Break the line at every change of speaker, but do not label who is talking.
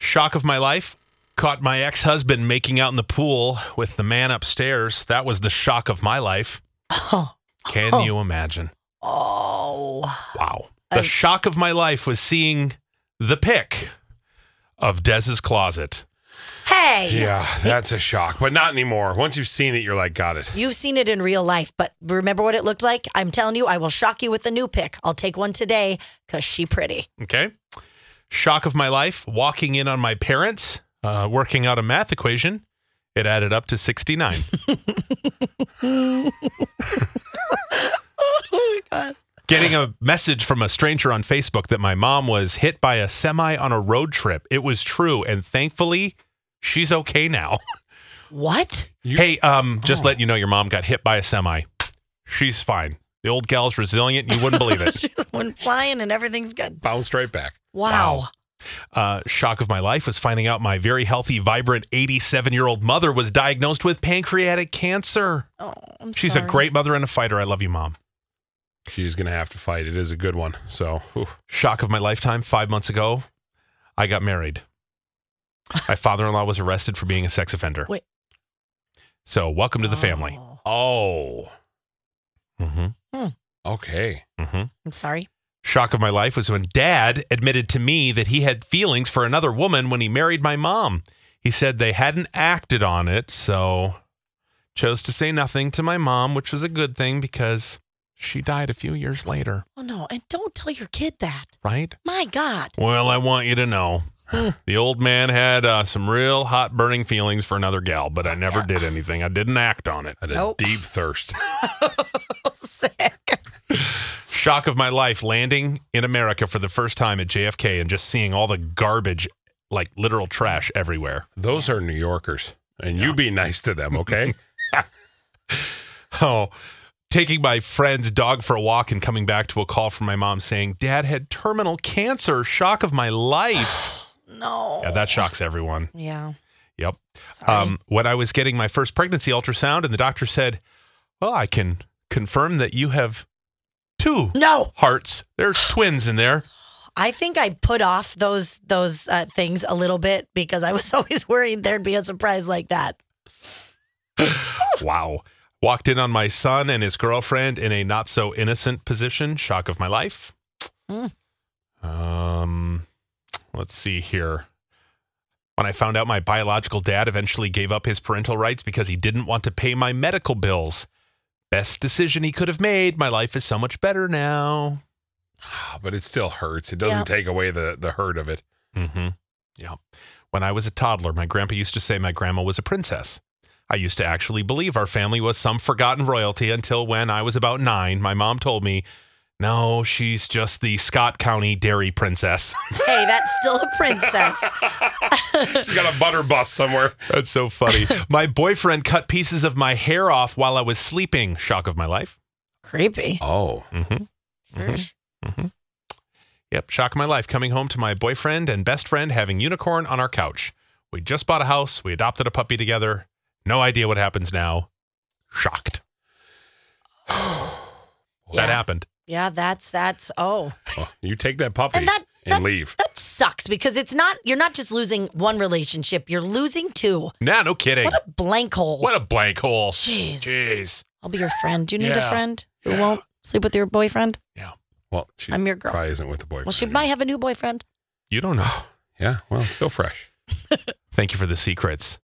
Shock of my life. Caught my ex husband making out in the pool with the man upstairs. That was the shock of my life.
Oh,
Can
Oh.
you imagine?
oh.
Wow. The
I-
shock of my life was seeing the pic of Dez's closet.
Hey,
Yeah, that's a shock, but not anymore. Once you've seen it, you're like, got it.
you've seen it in real life, but remember what it looked like? I'm telling you, I will shock you with a new pick. I'll take one today because she pretty.
Okay. Shock of my life walking in on my parents, uh, working out a math equation. It added up to 69.
Oh my God.
Getting a message from a stranger on Facebook that my mom was hit by a semi on a road trip. It was true. And thankfully, she's okay now.
What?
hey, um, just let you know your mom got hit by a semi. She's fine. The old gal's resilient. You wouldn't believe it.
She's one flying and everything's good.
Bounced right back.
Wow.
Uh, shock of my life was finding out my very healthy, vibrant 87 year old mother was diagnosed with pancreatic cancer.
Oh, I'm
She's
sorry.
a great mother and a fighter. I love you, mom.
She's gonna have to fight. It is a good one. So whew.
Shock of my lifetime. Five months ago, I got married. My father in law was arrested for being a sex offender.
Wait.
So, welcome to the family.
Oh, Hmm.
Oh.
Mm-hmm,
Okay.
mm-hmm.
I'm sorry.
Shock of my life was when dad admitted to me that he had feelings for another woman when he married my mom. He said they hadn't acted on it, so chose to say nothing to my mom, which was a good thing because she died a few years later,
Oh no, and don't tell your kid that.
right?
My God.
Well, I want you to know the old man had uh, some real hot burning feelings for another gal, but I never did anything. I didn't act on it.
Had a
Nope.
deep thirst.
Sick.
Shock of my life landing in America for the first time at JFK and just seeing all the garbage, like literal trash everywhere.
Those are New Yorkers. And you be nice to them, okay?
Oh, taking my friend's dog for a walk and coming back to a call from my mom saying, Dad had terminal cancer. Shock of my life.
No.
yeah, that shocks everyone.
Yeah.
Yep.
Sorry.
Um, when I was getting my first pregnancy ultrasound, and the doctor said, Well, I can confirm that you have two
no.
hearts. There's twins in there.
I think I put off those those uh, things a little bit because I was always worried there'd be a surprise like that.
Wow. Walked in on my son and his girlfriend in a not so innocent position. Shock of my life.
Mm.
Um, let's see here. When I found out my biological dad eventually gave up his parental rights because he didn't want to pay my medical bills. Best decision he could have made. My life is so much better now.
Ah, but it still hurts. It doesn't
Yeah.
take away the the hurt of it.
Mm-hmm. Yeah. When I was a toddler, my grandpa used to say my grandma was a princess. I used to actually believe our family was some forgotten royalty until when I was about nine, my mom told me, no, she's just the Scott County dairy princess.
Hey, that's still a princess.
She's got a butter bust somewhere.
That's so funny. my boyfriend cut pieces of my hair off while I was sleeping. Shock of my life.
Creepy.
Oh.
Mm-hmm. Yep. Shock of my life. Coming home to my boyfriend and best friend having unicorn on our couch. We just bought a house. We adopted a puppy together. No idea what happens now. Shocked. That
Yeah.
happened.
Yeah, that's that's oh.
Well, you take that puppy
And
and,
that- that-
leave.
That sucks because it's not you're not just losing one relationship, you're losing two.
Nah, no kidding.
What a blank hole.
What a blank hole.
Jeez.
Jeez.
I'll be your friend. Do you need
Yeah.
a friend who won't sleep with your boyfriend?
Yeah.
Well, she
I'm your girl.
probably isn't with the boyfriend.
Well,
Mm-hmm.
she might have a new boyfriend.
You don't know.
Yeah, well, it's still fresh.
Thank you for the secrets.